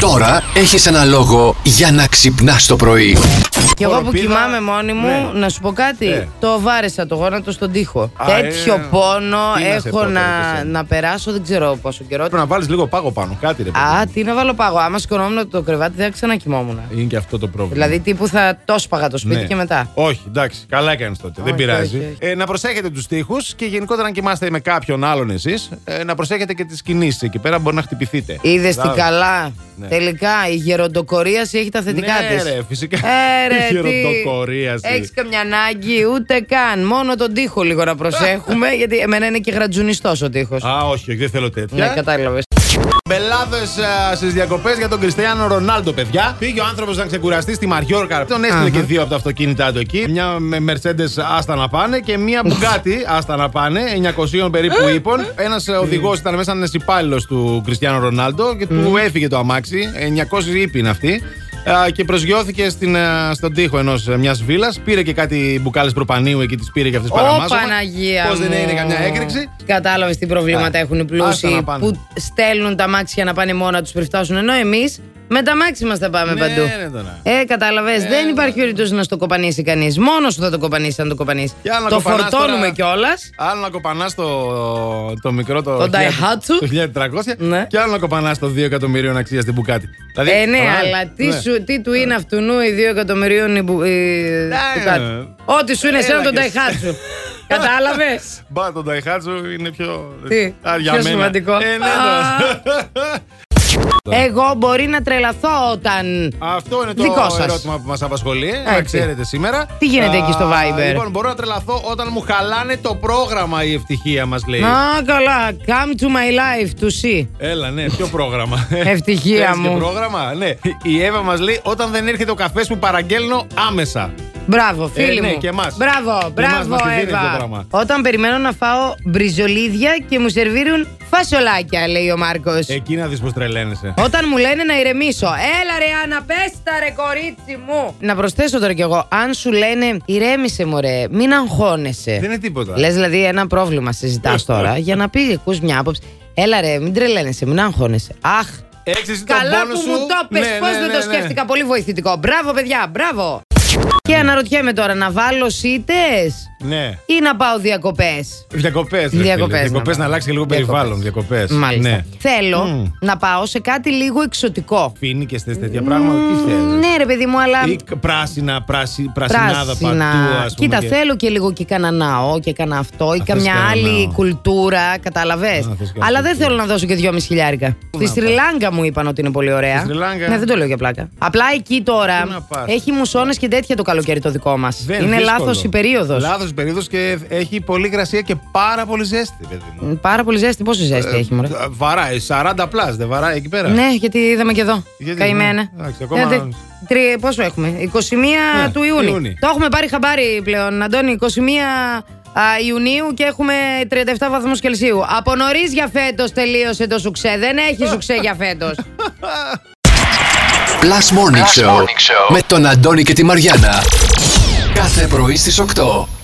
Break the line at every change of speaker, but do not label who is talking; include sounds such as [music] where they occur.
Τώρα έχεις ένα λόγο για να ξυπνάς το πρωί.
Και εγώ που
Χοροπήδα,
κοιμάμαι μόνη μου,
ναι.
να σου πω κάτι.
Ε.
Το βάρεσα το γόνατο στον τοίχο.
Α,
Τέτοιο
ε.
πόνο
Τι να σε πω
έχω
τώρα κι
να,
εσένα.
να περάσω, δεν ξέρω πόσο καιρό.
Πρέπει να βάλεις λίγο πάγο πάνω, κάτι ρε. παιδί
Α,
μου.
τι να βάλω πάγο. Άμα σηκωνόμουν το κρεβάτι, δεν ξανακοιμόμουν.
Είναι και αυτό το πρόβλημα.
Δηλαδή τύπου θα το σπαγα το σπίτι
Ναι.
και μετά.
Όχι, εντάξει, καλά έκανες τότε.
Όχι,
δεν πειράζει.
όχι, όχι.
Ε, να προσέχετε τους τοίχου και γενικότερα, αν κοιμάστε με κάποιον άλλον εσείς, ε, να προσέχετε και τις κινήσεις εκεί πέρα. Μπορεί να χτυπηθείτε.
Είδες τι
Κατάλαβες.
καλά.
Ναι.
Τελικά η γεροντοκορίαση έχει τα θετικά
Ναι,
της.
ρε, φυσικά.
Ε, ρε,
[laughs] Η
τι.
γεροντοκορίαση.
Έχεις καμιά ανάγκη, ούτε καν. Μόνο τον τοίχο λίγο να
[laughs]
προσέχουμε, γιατί εμένα είναι και γρατζουνιστός ο τοίχος.
Α, όχι, όχι, δεν θέλω τέτοια.
Ναι, κατάλαβες.
Μπελάδες στις διακοπές ε, για τον Κριστιανό Ρονάλντο, παιδιά. Πήγε ο άνθρωπος να ξεκουραστεί στη Μαριόρκα. Τον έστειλε
Αχα.
και δύο από τα αυτοκίνητά του εκεί. Μια με Mercedes άστα να πάνε και μια Bugatti άστα να πάνε, 900 περίπου
Ε,
ύπων. Ένα οδηγός ήταν μέσα, ένας υπάλληλος του Κριστιανό Ρονάλντο και του έφυγε το αμάξι. 900 ύπη είναι αυτή. Α, Και προσγειώθηκε στην, α, στον τοίχο ενός μιας βίλας. Πήρε και κάτι μπουκάλες προπανίου εκεί, τις πήρε και αυτές
Ω,
παραμάζωμα.
Παναγία
Πώς δεν
μου.
έγινε καμιά έκρηξη.
Κατάλαβες τι προβλήματα
Α,
έχουν οι
άστα να
πλούσιοι
πάνε.
που στέλνουν τα μάξια να πάνε μόνα τους πριν φτάσουν. Ενώ εμείς με τα μάξι μας θα πάμε
Ναι,
παντού.
ρε, τώρα.
Ε, κατάλαβες. δεν υπάρχει περίπτωση να στο κοπανίσει κανείς. Μόνος σου θα το κοπανίσει αν το κοπανίσει.
Και άλλα
Το
κοπανάς
φορτώνουμε
τώρα.
κιόλας.
Άλλο να κοπανάς το, το μικρό το.
Το
1000
Daihatsu.
Το 1300.
Ναι.
Και άλλο να κοπανάς το 2 εκατομμυρίων αξίας στην Μπουκάτη. Δηλαδή,
Ε, ναι,
α,
αλλά τι,
ναι.
σου, τι του είναι αυτού νου οι δύο εκατομμυρίων. η μπου- η-
Ναι.
του κάτι. Ό,τι σου είναι
Έλα
εσένα τον
και εσύ. [laughs]
Ταϊχάτσου. Κατάλαβες.
Μπα, το Daihatsu είναι πιο.
Τι,
Α, για
πιο
μένα.
σημαντικό.
Ε, ναι, ναι.
Εγώ μπορεί να τρελαθώ όταν.
Αυτό είναι το
Δικό σας.
ερώτημα που μας απασχολεί. Να
Έτσι.
ξέρετε σήμερα.
Τι γίνεται εκεί στο
Α,
Viber?
Λοιπόν, μπορώ να τρελαθώ όταν μου χαλάνε το πρόγραμμα η ευτυχία μας λέει.
Α, καλά. Come to my life to see.
Έλα, ναι, ποιο πρόγραμμα.
Ευτυχία
Θέλεις
μου.
Και πρόγραμμα, ναι. Η Εύα μας λέει: Όταν δεν έρχεται ο καφές που παραγγέλνω άμεσα.
Μπράβο,
Ε,
φίλοι
ναι,
μου.
και εμάς. Και
Μπράβο,
εμάς
μπράβο,
μας τη δίνει αυτό το
Εύα.
πράγμα.
Όταν περιμένω να φάω μπριζολίδια και μου σερβίρουν φασολάκια, λέει ο Μάρκος.
Εκεί να δεις πω τρελαίνεσαι.
Όταν μου λένε να ηρεμήσω, έλα ρε Άννα, πες τα ρε κορίτσι μου. Να προσθέσω τώρα κι εγώ, αν σου λένε ηρέμησε μωρέ, μην αγχώνεσαι.
Δεν είναι τίποτα. Ε,
Λες δηλαδή ένα πρόβλημα συζητάς τώρα για να πει, ακούς μια άποψη. Έλα ρε, μην τρελαίνεσαι, μην αγχώνεσαι. Αχ,
Έχεις εσύ τον
Καλά
πόνο
που
σου.
μου το πες,
Ναι,
πώς
ναι,
δεν
ναι,
το
ναι.
σκέφτηκα, πολύ βοηθητικό. Μπράβο παιδιά, μπράβο. Και αναρωτιέμαι τώρα, να βάλω σίτες
Ναι.
ή να πάω διακοπές.
Διακοπές.
Διακοπές να
Διακοπές
πάω.
να αλλάξει και λίγο
Διακοπές.
περιβάλλον. Διακοπές.
Μάλιστα.
Ναι.
Θέλω
Μμ.
να πάω σε κάτι λίγο εξωτικό.
Φίνει και στι τέτοια πράγματα. Τι θέλεις.
Ναι ρε παιδί μου, αλλά...
Ή κ- πράσινα, πράσι, πρασινάδα παντού, ας πούμε.
Κοίτα,
και-
θέλω και λίγο και κανένα ναό και κανένα αυτό ή
θες
καμιά
κανένα
άλλη
ναό.
κουλτούρα, καταλαβες.
Α, θες κανένα
Αλλά δεν
κουλτούρα.
θέλω να δώσω και δυόμιση χιλιάρικα. Στη Σρι Λάγκα μου είπαν ότι είναι πολύ ωραία.
Στη Σρι Λάγκα.
Ναι, δεν το λέω για πλάκα. Απλά εκεί
Πού να
τώρα
πας.
έχει μουσώνες και τέτοια το καλοκαίρι το δικό μας.
Δεν,
Είναι
δύσκολο.
λάθος η περίοδος.
Λάθος η περίοδος και έχει πολύ γρασία και πάρα πολύ ζέστη, παιδί μου.
Πάρα πολύ ζέστη. Πόσο ζέστη έχει, μωρέ.
Ε, Βαράει, 40 πλάς, δεν βαράει εκεί πέρα.
Ναι, γιατί είδαμε και εδώ.
Γιατί,
Καημένα.
ναι. Εντάξει, ακόμα-
Ε, δε- τρι- πόσο έχουμε, 21
Ναι,
του Ιούνιου.
Ιούνιου.
Το έχουμε πάρει χαμπάρι πλέον, Αντώνη. 21 α, Ιουνίου και έχουμε 37 βαθμούς Κελσίου. Από νωρίς για φέτος τελείωσε το σουξέ. Δεν έχει σουξέ για
[laughs]
φέτος.
Plus Morning, Show, με τον Αντώνη και τη Μαριάνα. Κάθε πρωί στις 8.